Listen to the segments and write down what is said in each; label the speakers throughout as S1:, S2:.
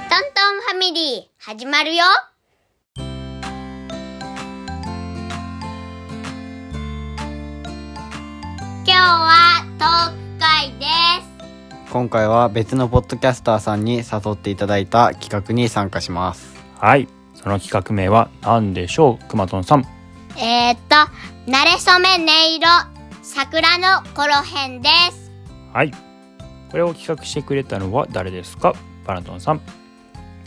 S1: ファミリー始まるよ今日はトーク会です
S2: 今回は別のポッドキャスターさんに誘っていただいた企画に参加します
S3: はい。その企画名は何でしょうくまとんさん。
S1: えー、っと慣れ初め音色桜の頃編です
S3: はい。これを企画してくれたのは誰ですかパラトンさん。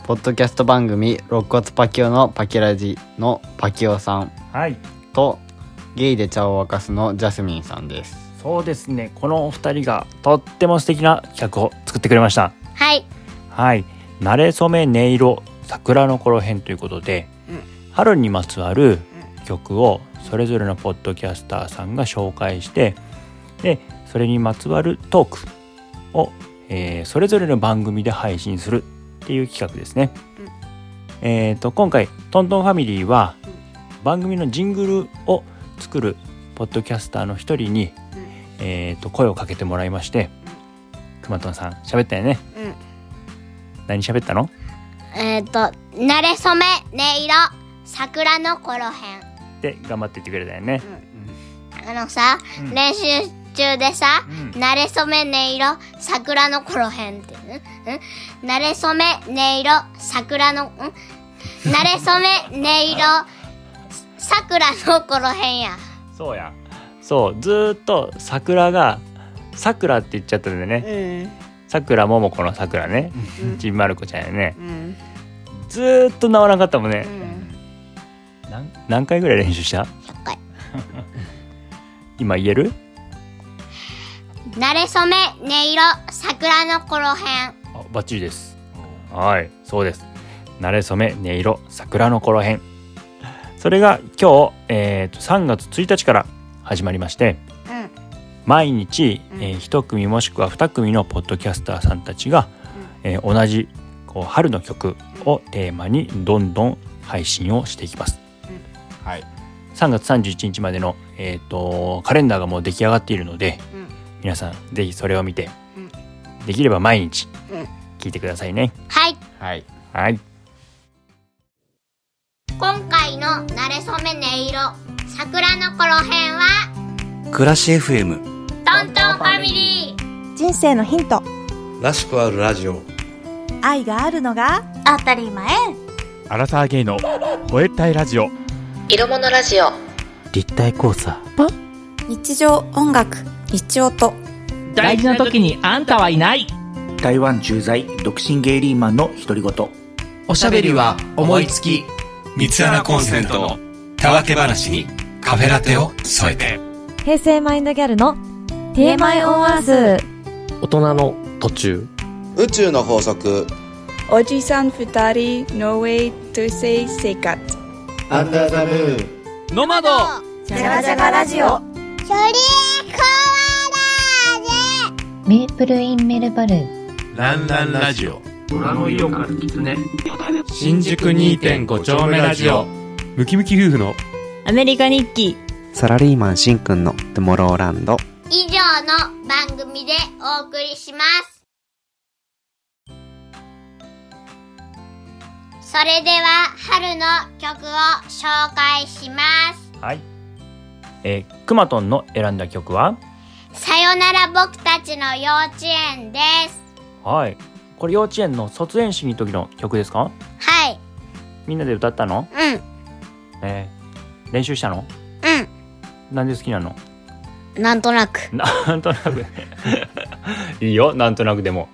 S2: ポッドキャスト番組「肋骨パキオのパキラジ」のパキオさん
S3: はい。
S2: とゲイで茶を沸かすのジャスミンさんです
S3: そうですね。このお二人がとっても素敵な企画を作ってくれました。
S1: はい
S3: はい。慣れ初め音色桜の頃編ということで、
S1: うん
S3: 春にまつわる曲をそれぞれのポッドキャスターさんが紹介して、で、それにまつわるトークを、えーそれぞれの番組で配信するっていう企画ですね。えー、と今回トントンファミリーは番組のジングルを作るポッドキャスターの一人に、えー、と声をかけてもらいまして「くまとんさん喋ったよね
S1: うん
S3: 何喋ったの?
S1: えー、っと慣れ初め音色桜の頃編」
S3: って頑張って言ってくれたよね。
S1: あのさ、
S3: うん
S1: 練習中でさ、
S3: うん
S1: 慣れ初め音色桜の頃編って、んん慣れ初め音色桜のん慣れ初め音色桜の頃編や
S3: そうやそうずーっと桜が「桜」って言っちゃったんだよね。
S1: うん
S3: さくらももこのさくらねちんまる子ちゃんやね
S1: うん
S3: ずーっと治らなかったもん
S1: う
S3: ね。
S1: ん
S3: なん何回ぐらい練習した
S1: 100回
S3: 今言える
S1: 慣れ初め音色桜の頃編
S3: あバッチリですはいそうです慣れ初め音色桜の頃編それが今日、えーと3月1日から始まりまして
S1: うん
S3: 毎日、
S1: うん
S3: え1組もしくは2組のポッドキャスターさんたちが、えー同じこう春の曲をテーマにどんどん配信をしていきます
S2: はい
S3: 3月31日までの、えー、とカレンダーがもう出来上がっているので
S1: うん
S3: 皆さんぜひそれを見て、
S1: うん
S3: できれば毎日
S1: うん
S3: 聞いてくださいね。
S1: はい
S2: はい
S3: はい
S1: 今回の慣れ初め音色桜の頃編は
S4: 暮らし FM
S1: トントンファミリー
S5: 人生のヒント
S4: らしくあるラジオ
S5: 愛があるのが
S1: 当たり前
S6: アラサーゲイの吠えたいラジオ
S7: 色物ラジオ
S8: 立体交差
S5: 日常音楽日音
S9: 大事な時にあんたはいない
S8: 台湾駐在独身ゲイリーマンの独り言
S9: おしゃべりは思いつき
S10: 三つ穴コンセントのたわけ話にカフェラテを添えて。
S11: 平成マインドギャルの TMI オンアース
S9: 大人の途中
S4: 宇宙の法則
S5: おじさん二人 No way to say 生活
S2: アンダーザムー
S3: ノマド
S5: じゃがじゃがラジ
S1: キ
S5: オ
S1: ョリーコアラージ
S11: メープルインメルバルン
S6: ランランラジオ
S9: 虎の色から狐
S6: 新宿2.5丁目ラジオムキムキ夫婦の
S5: アメリカ日記
S4: サラリーマンしんくんのトゥモローランド
S1: 以上の番組でお送りしますそれでは春の曲を紹介します
S3: はい。えー、くまとんの選んだ曲は
S1: さよなら僕たちの幼稚園です
S3: はい。これ幼稚園の卒園式の時の曲ですか
S1: はい
S3: みんなで歌ったの
S1: うん
S3: えー、練習したのなんで好きなの
S1: うんなんとなく
S3: なんとなくいいよ、なんとなくでも。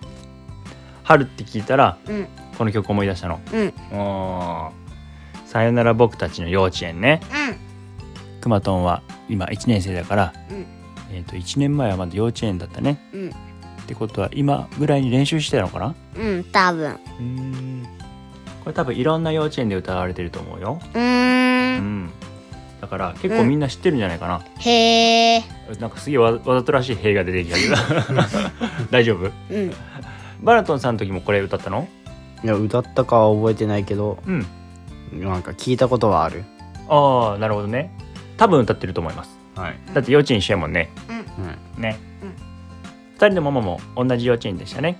S3: 春って聞いたら、
S1: うん
S3: この曲思い出したの。
S1: うんうん
S3: おーさよなら僕たちの幼稚園ね。くまとんは今1年生だから、
S1: うん
S3: えっ、と、1年前はまだ幼稚園だったね。
S1: うん
S3: ってことは今ぐらいに練習してたのかな
S1: うん多分
S3: うーんこれ多分いろんな幼稚園で歌われてると思うよ、
S1: う
S3: う
S1: ーん
S3: ん、だから結構みんな知ってるんじゃないかな、
S1: へえ
S3: なんかすげえわわざとらしい兵が出てきたけど 大丈
S1: う
S3: 夫
S1: ん
S3: バラトンさんの時もこれ歌ったの
S2: いや歌ったかは覚えてないけど
S3: うん
S2: なんか聞いたことはある
S3: ああなるほどね多分歌ってると思います
S2: はい
S3: だって幼稚園一緒やもんね
S2: うん
S3: ね、
S1: うん
S3: 2人のママも同じ幼稚園でしたね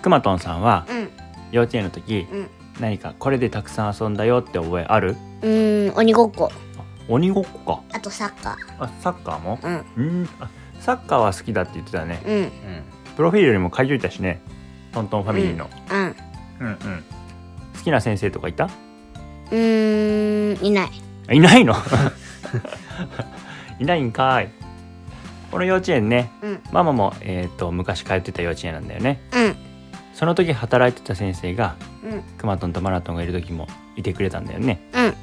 S1: う
S3: くまとんさんは
S1: んうん
S3: 幼稚園の時、
S1: うん
S3: 何かこれでたくさん遊んだよって覚えある
S1: うーん鬼ごっこ
S3: 鬼ごっこ
S1: あとサッカ
S3: かあサッカーも
S1: ーうん
S3: うんあサッカーは好きだって言ってたね
S1: うん
S3: プロフィールにも書いといたしねトントンファミリーの、
S1: うん
S3: うんうん好きな先生とかいた
S1: うーんいない
S3: あいないの いないんかーいこの幼稚園ね
S1: うん
S3: ママも、えー、と昔通ってた幼稚園なんだよね
S1: うん
S3: その時働いてた先生が
S1: うん
S3: くまとんとマラトンがいる時もいてくれたんだよね
S1: うん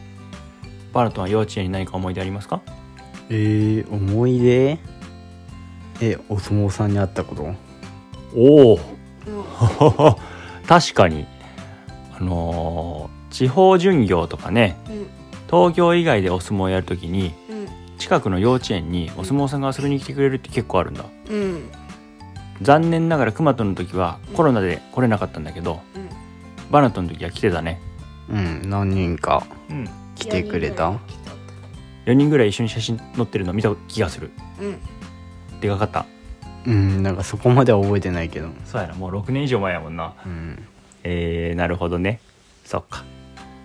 S3: マラトンは幼稚園に何か思い出ありますか
S2: えー、思い出えお相撲さんに会ったこと
S3: おお
S1: うん
S3: 確かにあのー地方巡業とかね
S1: うん
S3: 東京以外でお相撲をやる時に
S1: うん
S3: 近くの幼稚園にお相撲さんが遊びに来てくれるって結構あるんだ
S1: うん
S3: 残念ながら熊との時はコロナで来れなかったんだけど、
S1: うん
S3: バナトの時は来てたね、
S2: うん何人か
S3: うん、
S2: 来てくれた
S3: 4人ぐらい一緒に写真載ってるの見た気がする
S1: うん
S3: でかかった
S2: うんなんかそこまでは覚えてないけど
S3: そうやなもう6年以上前やもんな
S2: うん
S3: えー、なるほどねそっか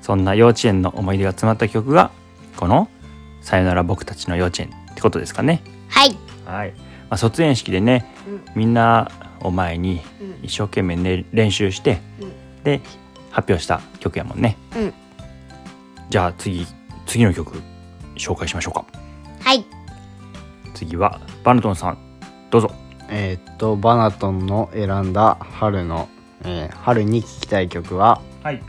S3: そんな幼稚園の思い出が詰まった曲がこの「さよなら僕たちの幼稚園」ってことですかね
S1: はい
S3: はい、まあ、卒園式でね
S1: うん
S3: みんなを前に
S1: うん
S3: 一生懸命、ね、練習して、
S1: うん
S3: で発表した曲やもんね、
S1: うん
S3: じゃあ次次の曲紹介しましょうか
S1: はい
S3: 次はバナトンさんどうぞ
S2: えーっとバナトンの選んだ春の、えー春に聴きたい曲は
S3: はい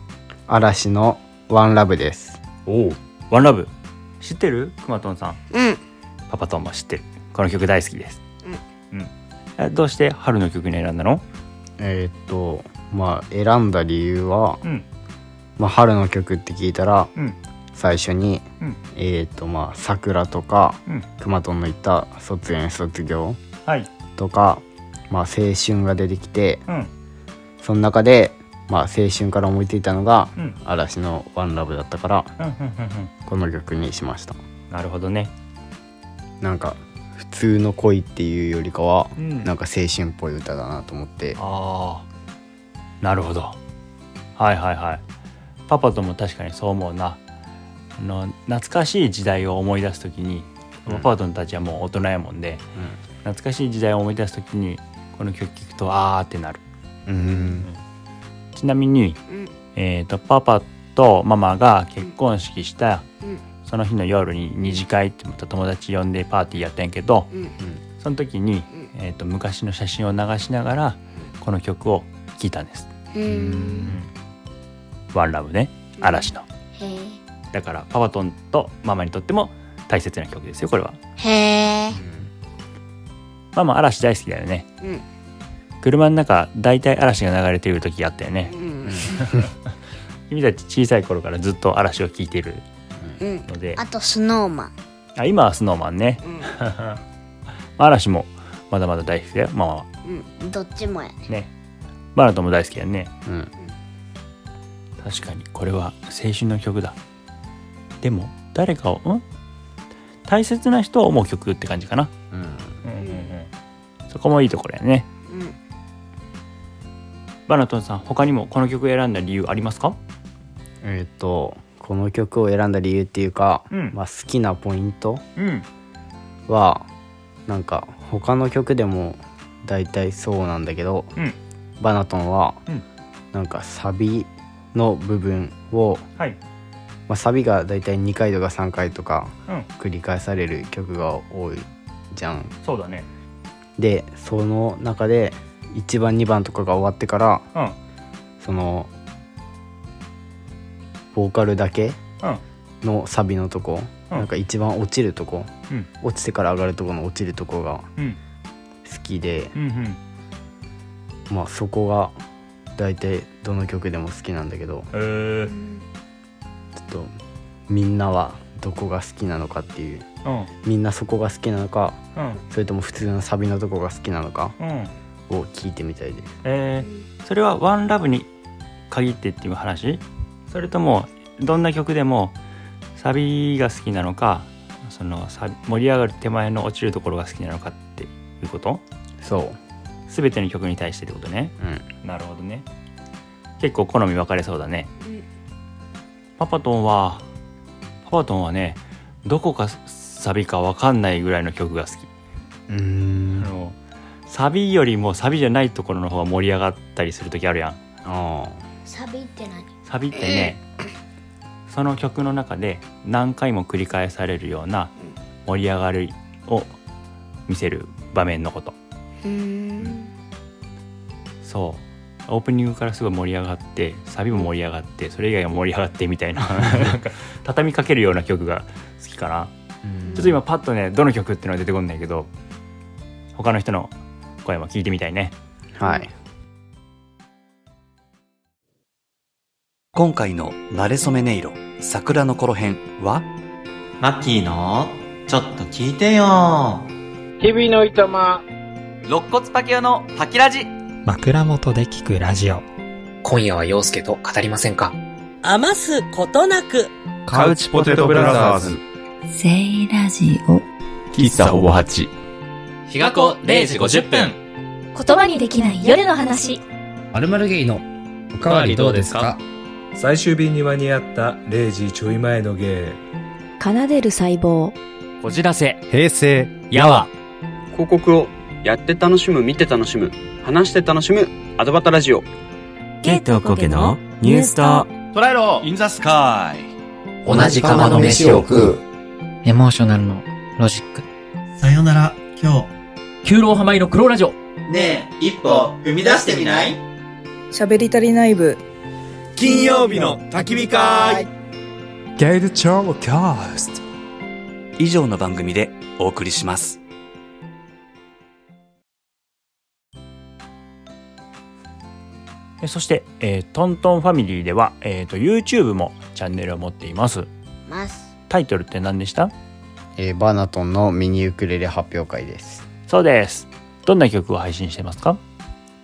S2: 嵐の「ワンラブです
S3: おおワンラブ知ってるくまとんさん
S1: うん
S3: パパトンも知ってるこの曲大好きです
S1: うん
S3: うんえどうして春の曲に選んだの
S2: えーっとまあ選んだ理由は、
S3: うん
S2: まあ、春の曲って聞いたら
S3: うん
S2: 最初に、
S3: うん
S2: えーっとまあ桜とか、
S3: うん
S2: くまとんの言った卒園卒業
S3: はい
S2: とか、まあ、青春が出てきて
S3: うん
S2: その中で、まあ、青春から思いついたのが
S3: うんうん
S2: 嵐の「ワンラブだったから
S3: うんうん
S2: この曲にしました
S3: うんなるほどね
S2: なんか普通の恋っていうよりかは、
S3: うん
S2: なんか青春っぽい歌だなと思って
S3: ああなるほどはいはいはいパパとも確かにそう思うなあの懐かしい時代を思い出す時に、
S2: うん
S3: パパとたちはもう大人やもんで懐かしい時代を思い出す時にこの曲聴くとあーってなる
S2: うん、
S3: ちなみに、
S1: うん
S3: えー、とパパとママが結婚式した、
S1: うん
S3: その日の夜に二次会ってまた友達呼んでパーティーやったんやけど
S1: うん
S3: その時に、えー、と昔の写真を流しながらこの曲を聴いたんです
S1: うん
S3: ワンラブね嵐の
S1: へえ
S3: だからパパトンとママにとっても大切な曲ですよこれは
S1: へえ
S3: ママ嵐大好きだよね
S1: うん
S3: 車の中大体嵐が流れている時があったよね
S1: うん
S3: 君たち小さい頃からずっと嵐を聴いている
S1: うん
S3: ので
S1: あとスノーマン
S3: あ今はスノーマンね 嵐もまだまだ大好きだよママは
S1: うんうんどっちもやね
S3: ねマナトも大好きだよね
S2: うん
S3: 確かにこれは青春の曲だでも誰かをん大切な人を思う曲って感じかな
S2: うん
S3: そこもいいところやね
S1: うん
S3: バナトンさん他にもこの曲を選んだ理由ありますか
S2: えーっとこの曲を選んだ理由っていうか、
S3: うん
S2: まあ、好きなポイント
S3: うん
S2: はなんか他の曲でも大体そうなんだけど、
S3: うん
S2: バナトンは、
S3: うん
S2: なんかサビの部分を、
S3: はい
S2: まあ、サビが大体2回とか3回とか
S3: うん
S2: 繰り返される曲が多いじゃん。
S3: そうだね
S2: でその中で1番2番とかが終わってから
S3: うん
S2: そのボーカルだけ
S3: うん
S2: のサビのとこ、
S3: うん
S2: なんか一番落ちるとこ、
S3: うん
S2: 落ちてから上がるとこの落ちるとこが
S3: うん
S2: 好きで、
S3: うんうん
S2: まあそこが大体どの曲でも好きなんだけど
S3: えー
S2: ちょっとみんなはどこが好きなのかっていう
S3: うん
S2: みんなそこが好きなのか
S3: うん
S2: それとも普通のサビのとこが好きなのか
S3: うん
S2: を聞いてみたいです。
S3: えー、それはワンラブに限ってっていう話それともどんな曲でもサビが好きなのかそのサビ盛り上がる手前の落ちるところが好きなのかっていうこと
S2: そ
S3: 全ての曲に対してってことね
S2: う、うん
S3: なるほどね結構好み分かれそうだね
S1: うん
S3: パパトンはパパトンはねどこかサビか分かんないぐらいの曲が好き
S2: う
S3: あ
S2: ん
S3: のサビよりもサビじゃないところの方が盛り上がったりする時あるやん
S2: あ
S1: サビって何
S3: サビってねその曲の中で何回も繰り返されるような盛り上がりを見せる場面のこと
S1: うん
S3: そうオープニングからすごい盛り上がってサビも盛り上がってそれ以外が盛り上がってみたいななんか畳みかけるような曲が好きかなちょっと今パッとねどの曲っていうのは出てこんないけど他の人の声も聞いてみたいね
S2: あはい
S4: 今回の慣れ初め音色桜の頃編は
S7: マッキーの、ちょっと聞いてよ
S12: 日々のいたま
S7: 肋骨パキオのパキラジ
S13: 枕元で聞くラジオ
S14: 今夜は陽介と語りませんか
S15: 余すことなく
S13: カウチポテトブラザーズ
S16: セイラジオ
S13: 喫茶おはち
S9: 日が子0時50分
S11: 言葉にできない夜の話
S9: まるまるゲイのおかわりどうですか
S17: 最終便に間に合った0時ちょい前の芸
S16: 奏でる細胞
S9: こじらせ
S17: 平成
S9: やわ
S18: 広告をやって楽しむ見て楽しむ話して楽しむアドバタラジオ
S19: ケイトコケのニュースと
S10: トライロインザスカイ
S19: 同じ釜の飯を食う
S9: エモーショナルのロジック
S19: さよなら今
S9: 九郎浜井の黒ラジオ
S19: ねえ一歩踏み出してみない
S5: 喋り足りない部
S19: 金曜日の焚き火会
S4: ゲイルチャーキャスト以上の番組でお送りします
S3: えそして、えートントンファミリーでは、えー、と YouTube もチャンネルを持っています
S1: ます
S3: タイトルって何でした
S2: えーバーナトンのミニウクレレ発表会です
S3: そうですどんな曲を配信してますか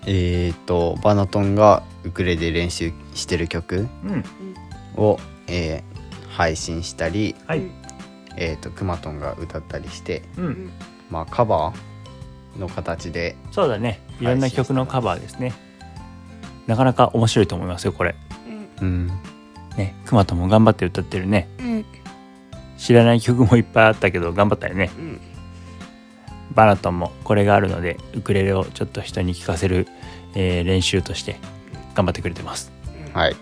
S2: えっ、とバーナトンがウクレレ練習してる曲
S3: うん
S2: を、えー配信したり、
S3: はい
S2: えっ、とくまトンが歌ったりして、
S3: うん
S2: まあカバーの形で
S3: そうだねいろんな曲のカバーですねなかなか面白いと思いますよこれ
S2: うん
S3: ねくまとも頑張って歌ってるね
S1: うん
S3: 知らない曲もいっぱいあったけど頑張ったよね、
S1: ん
S3: バナトンもこれがあるのでウクレレをちょっと人に聴かせる、えー練習として頑張ってくれてます
S2: はい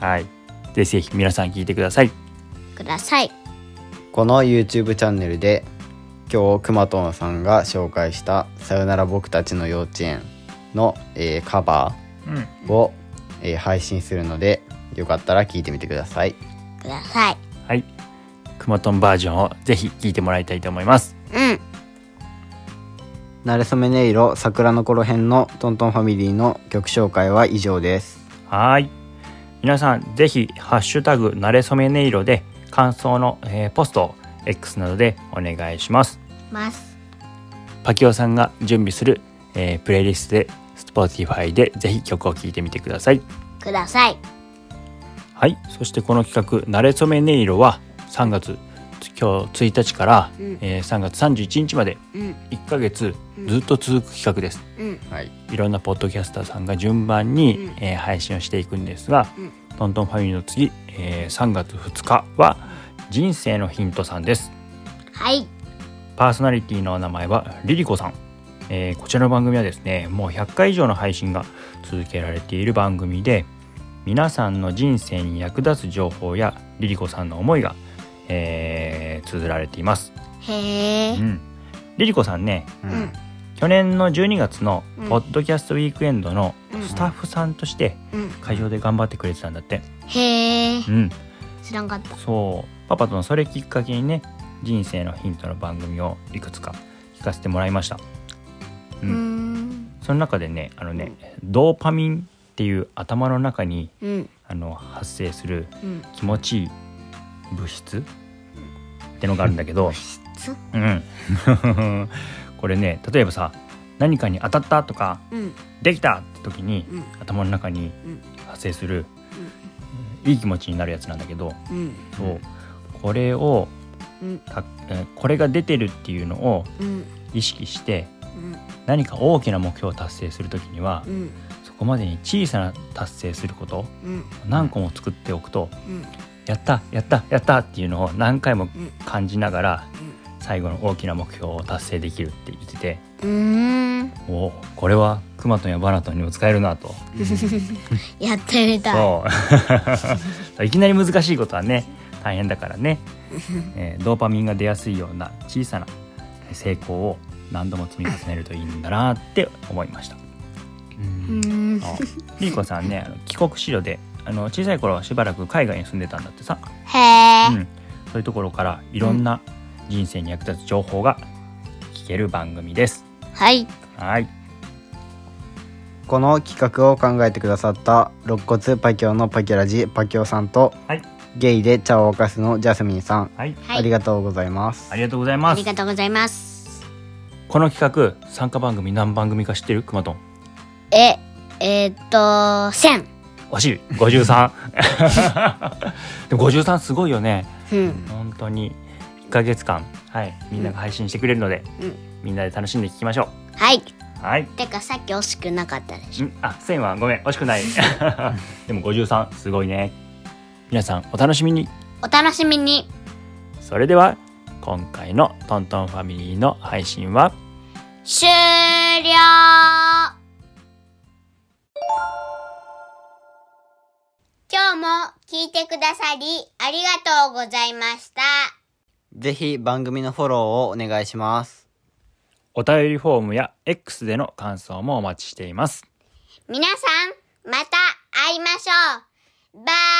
S3: はいぜひぜひ皆さん聴いてください
S1: ください
S2: この YouTube チャンネルで今日くまとんさんが紹介した「さよなら僕たちの幼稚園の」えーカバーを、えー配信するのでよかったら聞いてみてください
S1: ください
S3: はいくまとんバージョンをぜひ聴いてもらいたいと思います
S1: うん
S2: なれそめ音色桜の頃編のトントンファミリーの曲紹介は以上です
S3: はい皆さんぜひハッシュタグなれそめ音色で感想の、えーポストを X などでお願いします
S1: ます
S3: パキオさんが準備する、えープレイリストで Spotify でぜひ曲を聴いてみてください
S1: ください
S3: はいそしてこの企画「なれそめ音色」は3月今日1日から、
S1: うん
S3: えー3月31日まで
S1: うん
S3: 1ヶ月ずっと続く企画です、
S1: うん
S2: はい
S3: いろんなポッドキャスターさんが順番に、
S1: うん
S3: えー配信をしていくんですが、
S1: うん
S3: トントンファミリーの次、えー3月2日は人生のヒントさんです
S1: はい
S3: パーソナリティのお名前はリリコさん、えーこちらの番組はですねもう100回以上の配信が続けられている番組で皆さんの人生に役立つ情報やリリコさんの思いが、えー綴られています、
S1: へえ
S3: うん、リリコさんね、
S1: ん
S3: 去年の12月の
S1: うん
S3: ポッドキャストウィークエンドの
S1: うん
S3: スタッフさんとして
S1: うん
S3: 会場で頑張ってくれてたんだって、
S1: へえ
S3: うん、
S1: 知らんかった
S3: そうパパとのそれきっかけにね人生のヒントの番組をいくつか聞かせてもらいました
S1: う
S3: うんん
S1: うん
S3: その中でねあのねドーパミンっていう頭の中に
S1: うん
S3: あの発生する
S1: うん
S3: 気持ちいい物質ってのがあるん だけど、
S1: つ
S3: うん これね例えばさ何かに当たったとか
S1: うん
S3: できたって時に、
S1: うん
S3: 頭の中に
S1: うん
S3: 発生する、いい気持ちになるやつなんだけど、
S1: うん
S3: そうこれを
S1: うん
S3: たえーこれが出てるっていうのを
S1: うん
S3: 意識して
S1: うん
S3: 何か大きな目標を達成する時には、
S1: うん
S3: そこまでに小さな達成すること、
S20: うん
S3: 何個も作っておくと、
S20: うん
S3: やったやったやったっていうのを何回も感じながら、最後の大きな目標を達成できるって言ってて
S1: うーん
S3: おおこれはくまとんやバナトンにも使えるなと
S1: やってみたい
S3: そう いきなり難しいことはね大変だか らね、えードーパミンが出やすいような小さな成功を何度も積み重ねるといいんだなって思いました。
S1: うん
S3: ありこさんねあの帰国子女であの小さい頃はしばらく海外に住んでたんだってさ、
S1: へえ、
S3: うん、そういうところからいろんな人生に役立つ情報が聞ける番組です。
S1: はい
S3: はい
S2: この企画を考えてくださった肋骨パキョのパキラジパキョさんと、ゲイで茶を沸かすのジャスミンさん、
S1: はい
S2: ありがとうございます。
S3: ありがとうござい
S1: あ
S3: ま
S1: り
S3: す。
S1: がとうございます
S3: この企画参加番組何番組か知ってるくまとん
S1: ええーっと千
S3: 惜しい53 でも53すごいよね
S1: うん
S3: 本当に1ヶ月間はいみんなが配信してくれるので、
S1: うん
S3: みんなで楽しんで聞きましょ
S1: はい。
S3: うはい
S1: てかさっき惜しくなかったです。
S3: うんあ1000はごめん惜し くないでも53すごいね皆さんお楽しみに
S1: お楽しみに。
S3: それでは今回のトントンファミリーの配信は
S1: 終了今日も聞いてくださりありがとうございました。
S2: ぜひ番組のフォローをお願いします。
S3: お便りフォームや X での感想もお待ちしています
S1: 皆さん、また会いましょう。バイ